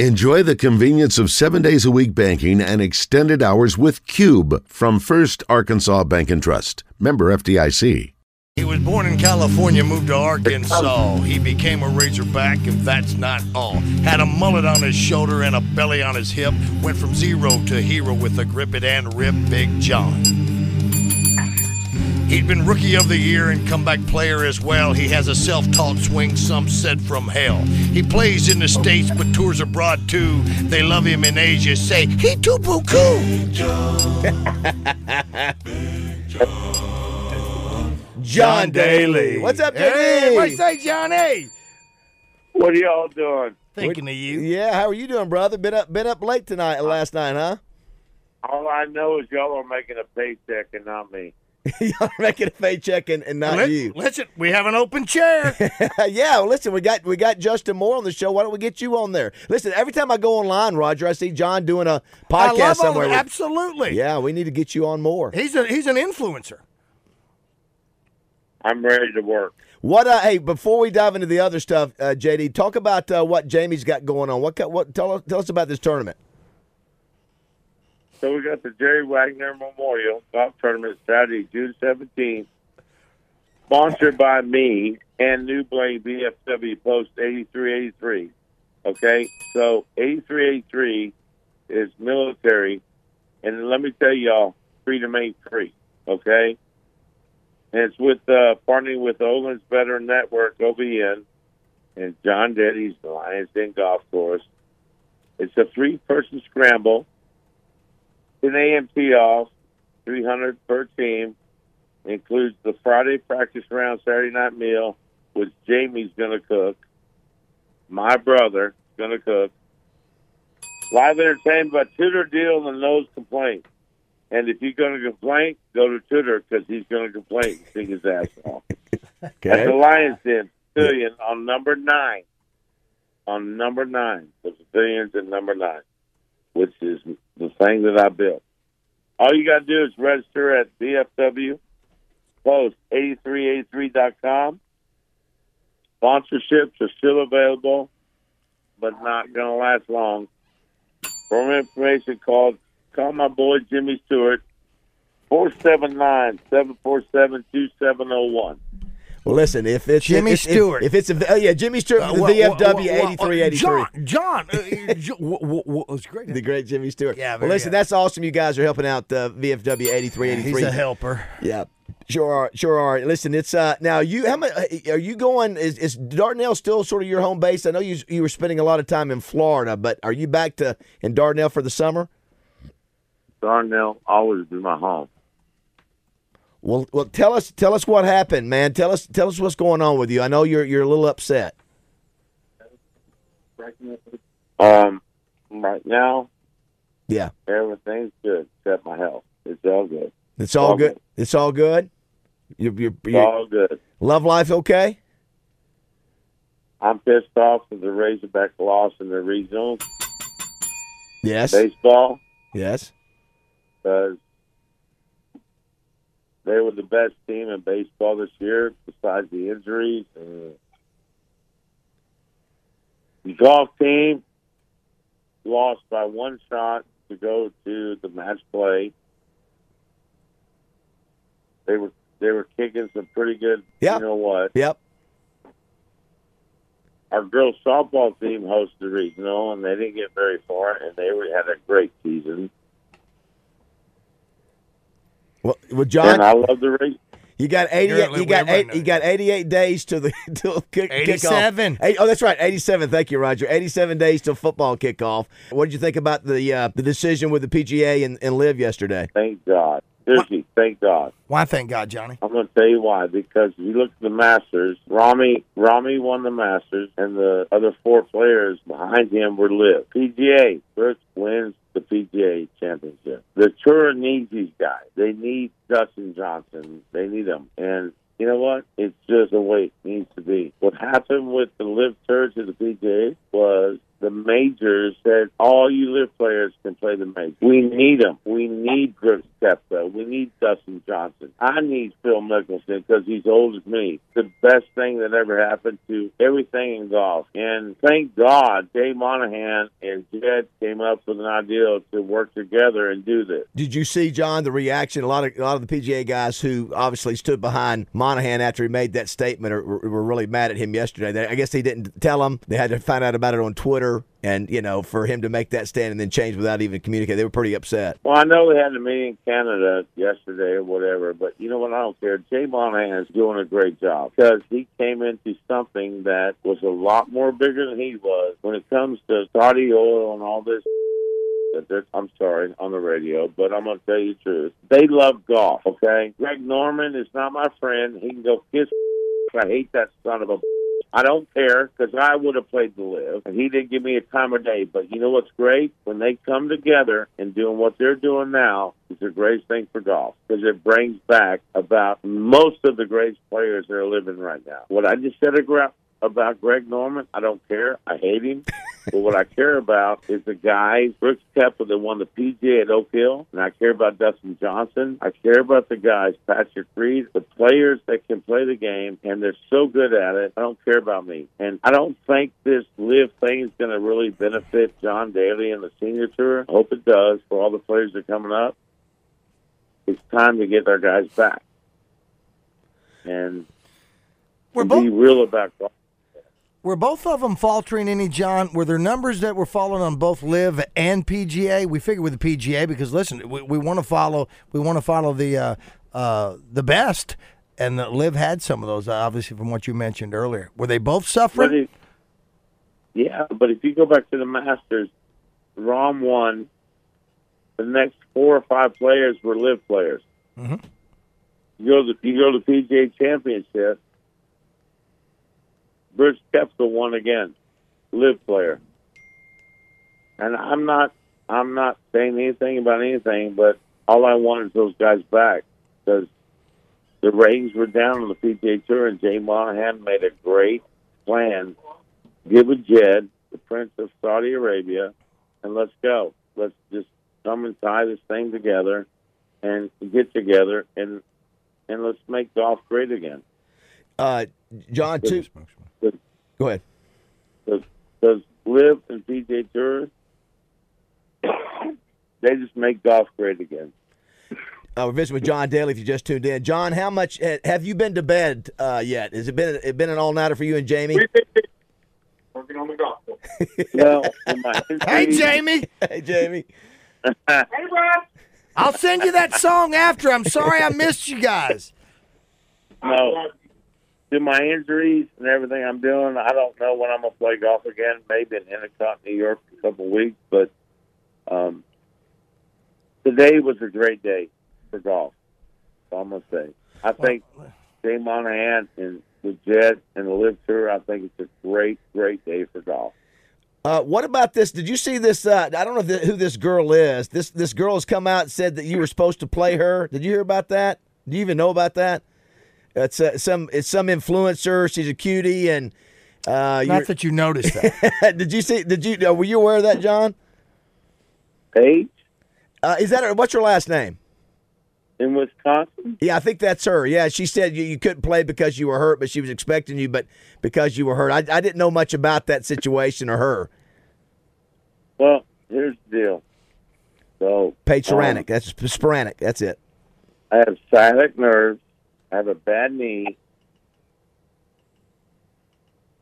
Enjoy the convenience of seven days a week banking and extended hours with Cube from First Arkansas Bank and Trust. Member FDIC. He was born in California, moved to Arkansas. He became a Razorback, and that's not all. Had a mullet on his shoulder and a belly on his hip. Went from zero to hero with the grip it and rip Big John. He'd been Rookie of the Year and comeback player as well. He has a self taught swing, some said from hell. He plays in the States but tours abroad too. They love him in Asia, say, he too buku. John Daly. What's up, Daly? say, Johnny? What are y'all doing? Thinking of you. yeah, how are you doing, brother? Been up, been up late tonight, uh, last night, huh? All I know is y'all are making a paycheck and not me. Y'all making a paycheck and, and not Let- you. Listen, we have an open chair. yeah, well, listen, we got we got Justin Moore on the show. Why don't we get you on there? Listen, every time I go online, Roger, I see John doing a I podcast love somewhere. him. with- Absolutely. yeah, we need to get you on more. He's a he's an influencer. I'm ready to work. What? Uh, hey, before we dive into the other stuff, uh, JD, talk about uh, what Jamie's got going on. What? co- What? Tell us, tell us about this tournament. So we got the Jerry Wagner Memorial Golf Tournament Saturday, June 17th, sponsored by me and New Blaine BFW Post 8383. Okay, so 8383 is military, and let me tell y'all, freedom ain't free. Okay, and it's with uh, partnering with Olin's Veteran Network OVN and John Denny's Lions Den Golf Course. It's a three-person scramble. 10 a.m. tee-off, 300 per team. Includes the Friday practice round, Saturday night meal, which Jamie's going to cook. My brother going to cook. Live entertainment by Tudor Deal and Nose Complaint. And if you're going to complain, go to Tudor because he's going to complain and sing his ass off. At the Lions Den Pavilion on number nine. On number nine. The Pavillion's at number nine, which is the thing that I built. All you got to do is register at BFW, post 8383.com. Sponsorships are still available, but not going to last long. For more information, call, call my boy Jimmy Stewart, 479 747 2701. Well, listen, if it's Jimmy if, if- Stewart. if, it's a, oh yeah, Jimmy Stewart, Uh, the wha- wha- wha- VFW wha- eighty three eighty three. John, John, uh, uh, Jo- wha- wha- wha- it's great. The great Jimmy Stewart. Yeah, Well, very listen, good. that's awesome. You guys are helping out uh, VFW eighty three eighty He's three. a helper. Yeah, sure are. Sure are. Listen, it's uh now you how much uh, are you going? Is, is Darnell still sort of your home base? I know you you were spending a lot of time in Florida, but are you back to in Darnell for the summer? Darnell always be my home. Well, well, tell us tell us what happened, man. Tell us tell us what's going on with you. I know you're you're a little upset. Um, right now, Yeah, everything's good except my health. It's all good. it's all Well, good. It's all good. Your your, It's your all good. love life okay? I'm pissed off with the Razorback loss in the regional Yes. baseball Yes. because they were the best team in baseball this year, besides the injuries. And the golf team lost by one shot to go to the match play. They were they were kicking some pretty good. Yeah. You know what? Yep. our girls softball team hosted the regional, and they didn't get very far, and they were- had a great season. Well, well And I John, love the race. you got You're at 88 you least got way eight, right you now. got 88 days to the till kick, kickoff. 87. Eight, oh, that's right, 87. Thank you, Roger. 87 days till football kickoff. What did you think about the uh, the decision with the PGA and, and Live yesterday? Thank God. Seriously, thank God. Why? Thank God, Johnny. I'm going to tell you why. Because if you look at the Masters, Rami Rami won the Masters, and the other four players behind him were Liv. PGA Brooks wins the PGA Championship. The Tour needs these guys. They need Dustin Johnson. They need them. And you know what? It's just the way it needs to be. What happened with the Live Tour to the PGA was the majors said all you live players can play the majors. We need them. We need Brooks step, though. We need Dustin Johnson. I need Phil Mickelson because he's old as me. The best thing that ever happened to everything in golf. And thank God Dave Monahan and Jed came up with an idea to work together and do this. Did you see John the reaction? A lot of a lot of the PGA guys who obviously stood behind Monahan after he made that statement are, were were really mad at him yesterday. They, I guess he didn't tell them. They had to find out about it on Twitter, and you know, for him to make that stand and then change without even communicating, they were pretty upset. Well, I know they had a meeting in Canada yesterday or whatever, but you know what? I don't care. Jay Monahan is doing a great job because he came into something that was a lot more bigger than he was when it comes to Saudi oil and all this. that they're- I'm sorry on the radio, but I'm going to tell you the truth. They love golf, okay? Greg Norman is not my friend. He can go kiss. I hate that son of a. I don't care because I would have played to live, and he didn't give me a time of day. But you know what's great? When they come together and doing what they're doing now is the greatest thing for golf because it brings back about most of the greatest players that are living right now. What I just said about about Greg Norman, I don't care. I hate him. but what I care about is the guys, Brooks Kepler that won the PGA at Oak Hill, and I care about Dustin Johnson. I care about the guys, Patrick Reed, the players that can play the game, and they're so good at it. I don't care about me. And I don't think this live thing is going to really benefit John Daly and the senior tour. I hope it does for all the players that are coming up. It's time to get our guys back. And We're be both real about golf. were both of them faltering any John? Were there numbers that were falling on both Live and PGA? We figured with the PGA because listen, we, we want to follow we want to follow the uh, uh, the best, and uh, Live had some of those obviously from what you mentioned earlier. Were they both But suffering? it, yeah, but if you go back to the Masters, Rom won. The next four or five players were live players. You go to you go to PGA Championship. Bruce Kepka won again, live player. And I'm not I'm not saying anything about anything, but all I want is those guys back because the ratings were down on the PGA Tour, and Jay Monahan made a great plan give a Jed, the Prince of Saudi Arabia, and let's go. Let's just come and tie this thing together and get together and and let's make golf great again. Uh, John, too. Go ahead. Because Live and PJ Tour, they just make golf great again. Uh, we're visiting with John Daly. If you just tuned in, John, how much ha- have you been to bed uh, yet? Has it been it been an all nighter for you and Jamie? Working on the golf course. Well, in my Hey Jamie, hey, Jamie. Hey, Rob. I'll send you that song after. I'm sorry I missed you guys. no, to my injuries and everything I'm doing, I don't know when I'm gonna play golf again. Maybe in Endicott, New York, in a couple of weeks. But um, today was a great day for golf. So I'm gonna say. I think Jay Monahan and the Jets and the Live Tour. I think it's a great, great day for golf. Uh, what about this? Did you see this? Uh, I don't know th- who this girl is. This this girl has come out and said that you were supposed to play her. Did you hear about that? Do you even know about that? It's uh, some it's some influencer. She's a cutie, and uh, Not that you noticed that. you're- did you see? Did you uh, were you aware of that, John? Paige Uh, is that her, what's her last name? in Wisconsin. Yeah, I think that's her. Yeah, she said you, you couldn't play because you were hurt, but she was expecting you, but because you were hurt. I, I didn't know much about that situation or her. Well, here's the deal. So Paige um, Saranic. that's Sporanic. That's it. I have sciatic nerves. I have a bad knee.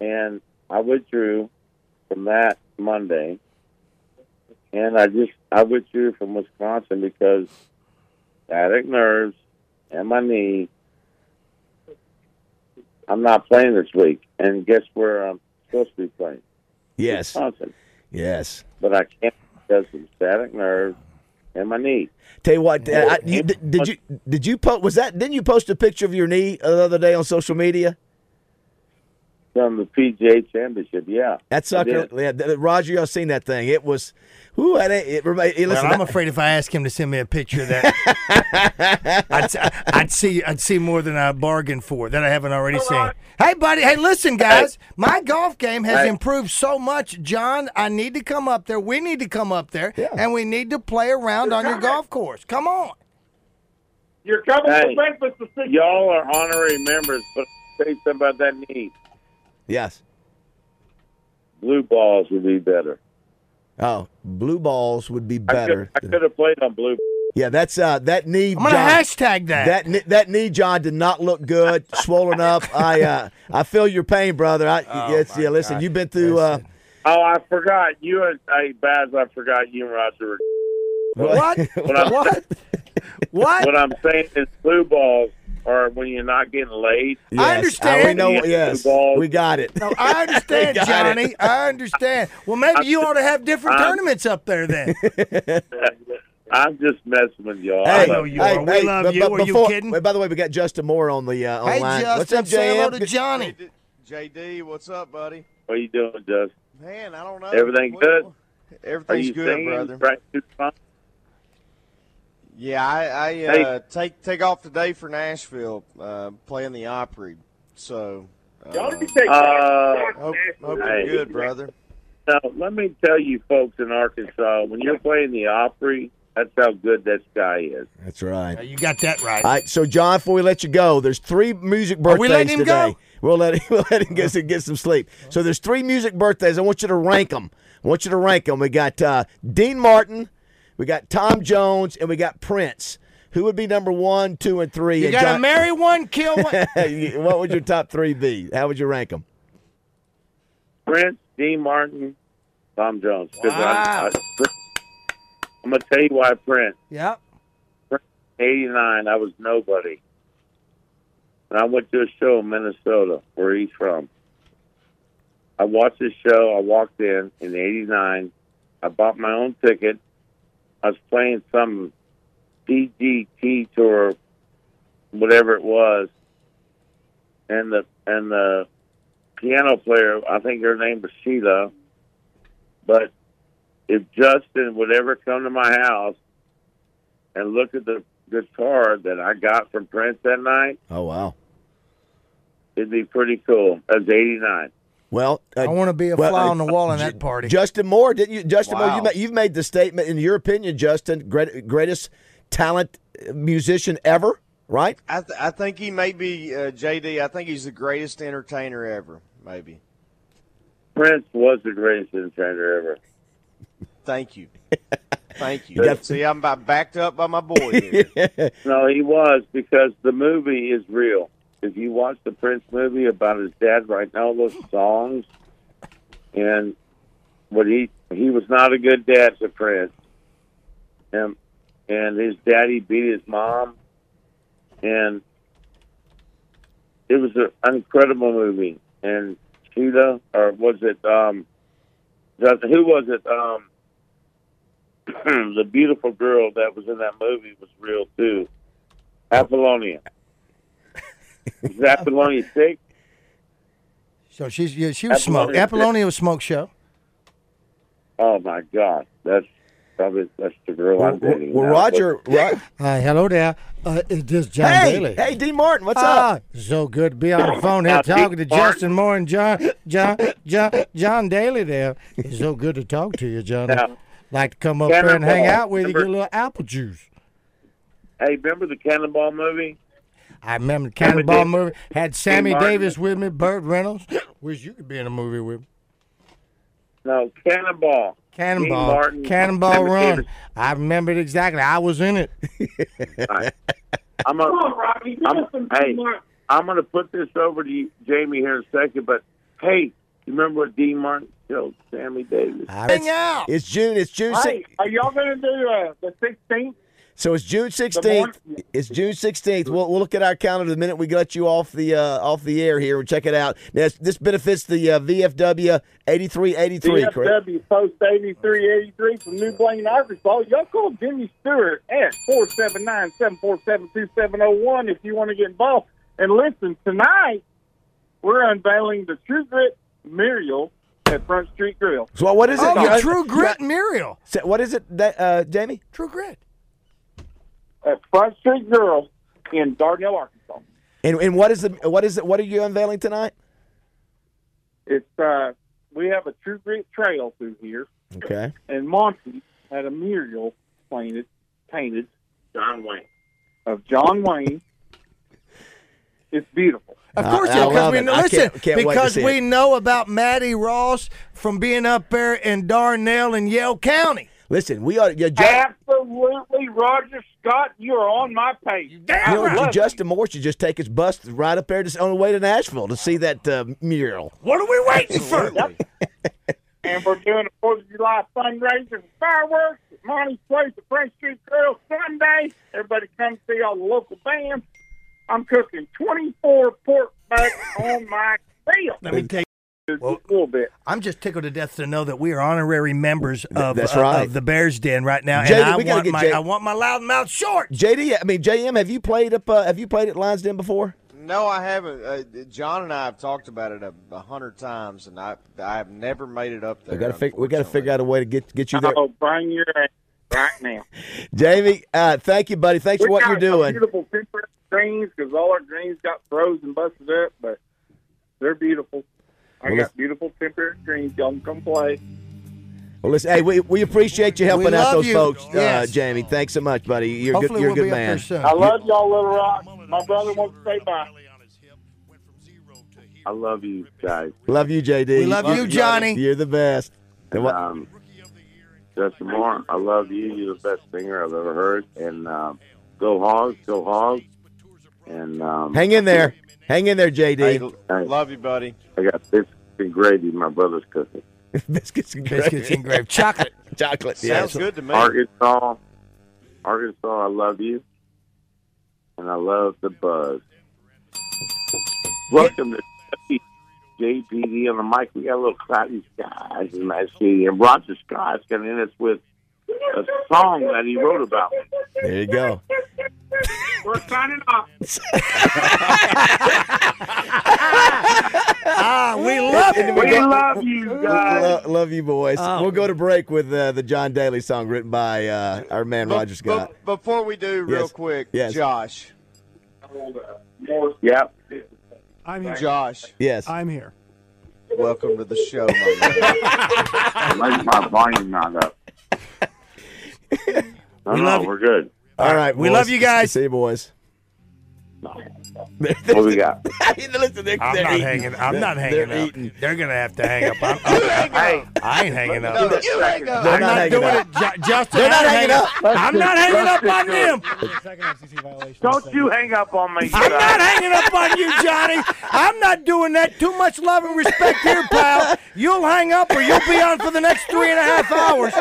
And I withdrew from that Monday. And I just, I withdrew from Wisconsin because sciatic nerves and my knee. I'm not playing this week. And guess where I'm supposed to be playing? Yes. Wisconsin. Yes. But I can't because of static nerves and my knee. Tell you what, uh, I, you, did, did you did you post was that? Didn't you post a picture of your knee the other day on social media? From the PGA Championship, yeah. That sucker, yeah, th- Roger, y'all seen that thing? It was, whoo, I didn't- it, everybody, hey, Well, listen, I'm afraid if I ask him to send me a picture of that, I'd, I'd see I'd see more than I bargained for that I haven't already seen. Hey, buddy. Hey, listen, guys. My golf game has Hey. improved so much, John. I need to come up there. We need to come up there, Yeah. and we need to play around on your golf course. Come on. You're coming Hey. for breakfast at six. Y'all are honorary members, but I'll say something about that knee. Yes. Blue balls would be better. Oh, blue balls would be better. I could I could have played on blue. yeah, that's uh, that knee. I'm gonna John, hashtag that. that kn- that knee, John, did not look good. swollen up. I uh, I feel your pain, brother. I, Oh yes, yeah. Listen, you've been through. Uh, Oh, I forgot you and hey, Baz. I forgot you and Roger. Were, what? When I'm- what? What? what I'm saying is, blue balls are when you're not getting laid. yes, we understand. know. Yes, Blue balls. we got it. No, I understand, Got it. Uh, Johnny. I understand. Well, maybe you ought to have different I'm- tournaments up there then. I'm just messing with y'all. I Hey, know you hey, are. We hey, love but- you. but Are you before- kidding? wait, by the way, we got Justin Moore on the uh, hey, online. Justin, What's up, say hello JM? to Johnny. JD, what's up, buddy? What are you doing, Dust? Man, I don't know. Everything What- good? Are Everything's you good, singing? brother. Practice song? Yeah, I, I uh, take take off today for Nashville, uh, playing the Opry. So, uh, Y'all need to take Uh, hope, hope Hey. you're good, brother. Now, let me tell you, folks in Arkansas, when you're playing the Opry, that's how good this guy is. That's right. You got that right. Uh, All right, so John, before we let you go, there's three music birthdays we letting him today. go? We'll let we'll let him get, get some sleep. So there's three music birthdays. I want you to rank them. I want you to rank them. We got uh, Dean Martin, we got Tom Jones, and we got Prince. Who would be number one, two, and three? you And got to John- marry one, kill one. what would your top three be? How would you rank them? Prince, Dean Martin, Tom Jones. 'Cause Wow. I'm, I'm going to tell you why Prince. yeah. 89, I was nobody. And I went to a show in Minnesota, where he's from. I watched the show. I walked in in 89. I bought my own ticket. I was playing some DGT tour, whatever it was. And the, and the piano player, I think her name was Sheila. But if Justin would ever come to my house, and look at the guitar that I got from Prince that night, Oh wow. it'd be pretty cool. That's '89. Well, uh, I want to be a well, fly uh, on the wall in that party. Justin Moore, didn't you? Justin Moore, you Wow. ma- you've made the statement in your opinion, Justin, great, greatest talent uh, musician ever, right? I, th- I think he may be uh, JD. I think he's the greatest entertainer ever. Maybe. Prince was the greatest entertainer ever. Thank you. Thank you. got- See, I'm about backed up by my boy. Here. No, he was because the movie is real. If you watch the Prince movie about his dad right now, those songs and what he he was not a good dad to Prince. And and his daddy beat his mom and it was an incredible movie. And Sheila or was it um Justin- who was it? Um the beautiful girl that was in that movie was real too. Apollonia. Is Apollonia sick? so she's yeah, she was Apollonia. smoke. Apollonia was smoke show. Oh my God, that's probably that's the girl Well, I'm dating. well, now, Roger, Ro- Hi, hello there. Uh, it is John hey, Daly. hey, Dean Martin, what's Ah, up? so good to be on the phone here Now, talking to Dick Martin. Justin Moore and John John John John Daly there. It's so good to talk to you, Johnny. Now, like to come up Tanner here and hang Ball, out with you, get a remember- little apple juice. But, hey, remember the Cannonball movie? I remember the Cannonball Davis. movie had Sammy Martin. Davis with me, Burt Reynolds. Wish you could be in a movie with me. No, Cannonball. Cannonball, Dean Martin, Cannonball Sammy Run. Davis. I remembered exactly. I was in it. I'm a, Come on, Robbie. Give I'm- us some hey. Dean Martin. I'm going to put this over to you, Jamie here in a second. But hey, you remember what Dean Martin showed Sammy Davis? Hang out. It's June. It's June. Hey, six are y'all going to do uh, the 16th? so it's June sixteenth. It's June sixteenth. We'll, we'll look at our calendar the minute we let you off the uh, off the air here. We'll check it out. Now, this- this benefits the uh, VFW eighty three eighty three. Correct. DFW Post 8383 from New Blaine, Arkansas. Y'all call Jimmy Stewart at 479-747-2701 if you want to get involved. And listen, tonight we're unveiling the True Grit Muriel at Front Street Grill. So what is it? Oh, You're- the True Grit Muriel. Say- What is it, that, uh, Jamie? True Grit. At Front Street Grill in Darnell, Arkansas. And, and what is the what is it? What are you unveiling tonight? It's uh we have a True Grit trail through here Okay. and Monty had a mural painted painted John Wayne. uh, of John Wayne. It's beautiful. Of course, I yeah, because love we it. know, I listen, can't- can't wait to because see we it. know about Matty Ross from being up there in Darnell and Yale County. Listen, we are. Yeah, Ju- Absolutely, Roger Scott, you're on my page. you know, Damn right. Justin Moore should just take his bus right up there just on the way to Nashville to see that uh, mural. What are we waiting for? And we're doing a Fourth of July fundraiser and fireworks at Monty's Place at French Street Grill Sunday. Everybody come see all the local bands. I'm cooking 24 pork butts on my grill. Let Uh, me take. Just a little bit. I'm just tickled to death to know that we are honorary members of, that's uh, right. of the Bears Den right now, Jada, and I we gotta want get my Jada- I want my loud mouth short. JD, I mean JM, have you played up? Uh, have you played at Lions Den before? No, I haven't. Uh, John and I have talked about it a, a hundred times, and I I have never made it up there. We got to figure. We got to figure out a way to get get you there. I'll bring your ass right now. Jamie, uh, thank you, buddy. Thanks for We what got you're some doing. Beautiful temperate greens because all our greens got frozen and busted up, but they're beautiful. I Well, got beautiful temperate greens. Y'all can come play. Well, listen, hey, we, we appreciate you helping We out love those you. folks, uh, Yes. Jamie. Thanks so much, buddy. You're a good, Hopefully, you're a we'll good be man. up there soon. I love y'all, Little Rock. My brother wants to say bye. I love you guys. Love you, JD. we love, you, Johnny. You're the best. And what- Um, Justin Moore, I love you. You're the best singer I've ever heard. And um, go Hogs, go Hogs. And um, hang in there. Hang in there, Hey, JD. Hey. love you, buddy. I got biscuits and gravy. My brother's cooking. Biscuits and Biscuits gravy. and grave chocolate. chocolate. Sounds yes. good to me. Arkansas, Arkansas, I love you, and I love the buzz. Welcome to JPD on the mic. We got a little cloudy skies in that city, and Roger Scott's going to end us with a song that he wrote about. There you go. We're signing off. ah, we love you. We love you Lo- guys. love you, boys. Oh. We'll go to break with uh, the John Daly song written by uh, our man Be- Roger Scott. be- before we do, real Yes. quick, Yes. Josh, Yep. I'm here. Josh, Yes. I'm here. welcome to the show. my man. Make my volume not up. No, We no, love you. we're good. All right. We boys. love you guys. See you, boys. What we got? Listen, they're, I'm they're not eating. hanging. I'm not They're hanging up. eating. They're gonna have to hang up. I'm, I'm, Hey, I ain't hanging up. No, you hang up. They're I'm not, hanging doing up. it, Ju- Justin. They're not I'm hanging up. I'm not hanging up on them. Second FCC violation. don't you hang up on me. I'm not hanging up on you, Johnny. I'm not doing that. Too much love and respect here, pal. You'll hang up or you'll be on for the next three and a half hours.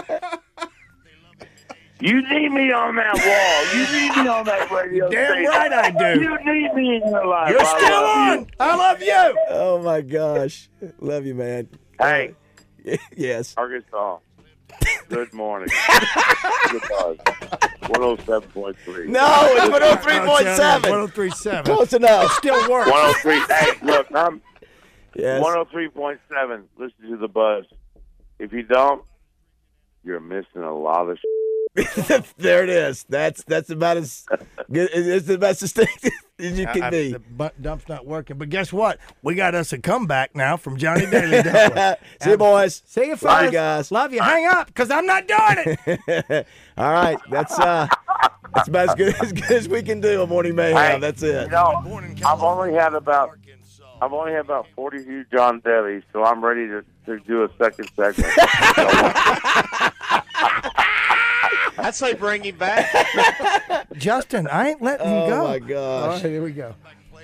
You need me on that wall. You need me on that radio Damn station. right I do. You need me in your life. You're I still love on. you. I love you. Oh my gosh. Love you, man. Hey, yes. Arkansas. Good morning. oh Good buzz. 107.3. No, it's one hundred three point seven. 1037. Close enough. Still works. 103. Hey, look, I'm Yes. 103.7. Listen to the buzz. If you don't, you're missing a lot of shit. there it is. That's that's about as good. It's the best distinct as you can I- be. The butt dump's not working. But guess what? We got us a comeback now from Johnny Daly. don't we? See you, boys. See you, fellas. Bye, guys. Love you. Hang up because I'm not doing it. All right, that's uh, that's about as good as good as we can do on morning mayhem. Hey, That's it. You know, I've only had about I've only had about 42 John Daly, so I'm ready to, to do a second segment. I'd say bring him back. Justin, I ain't letting him Oh go. my All right, Oh, gosh. here we go.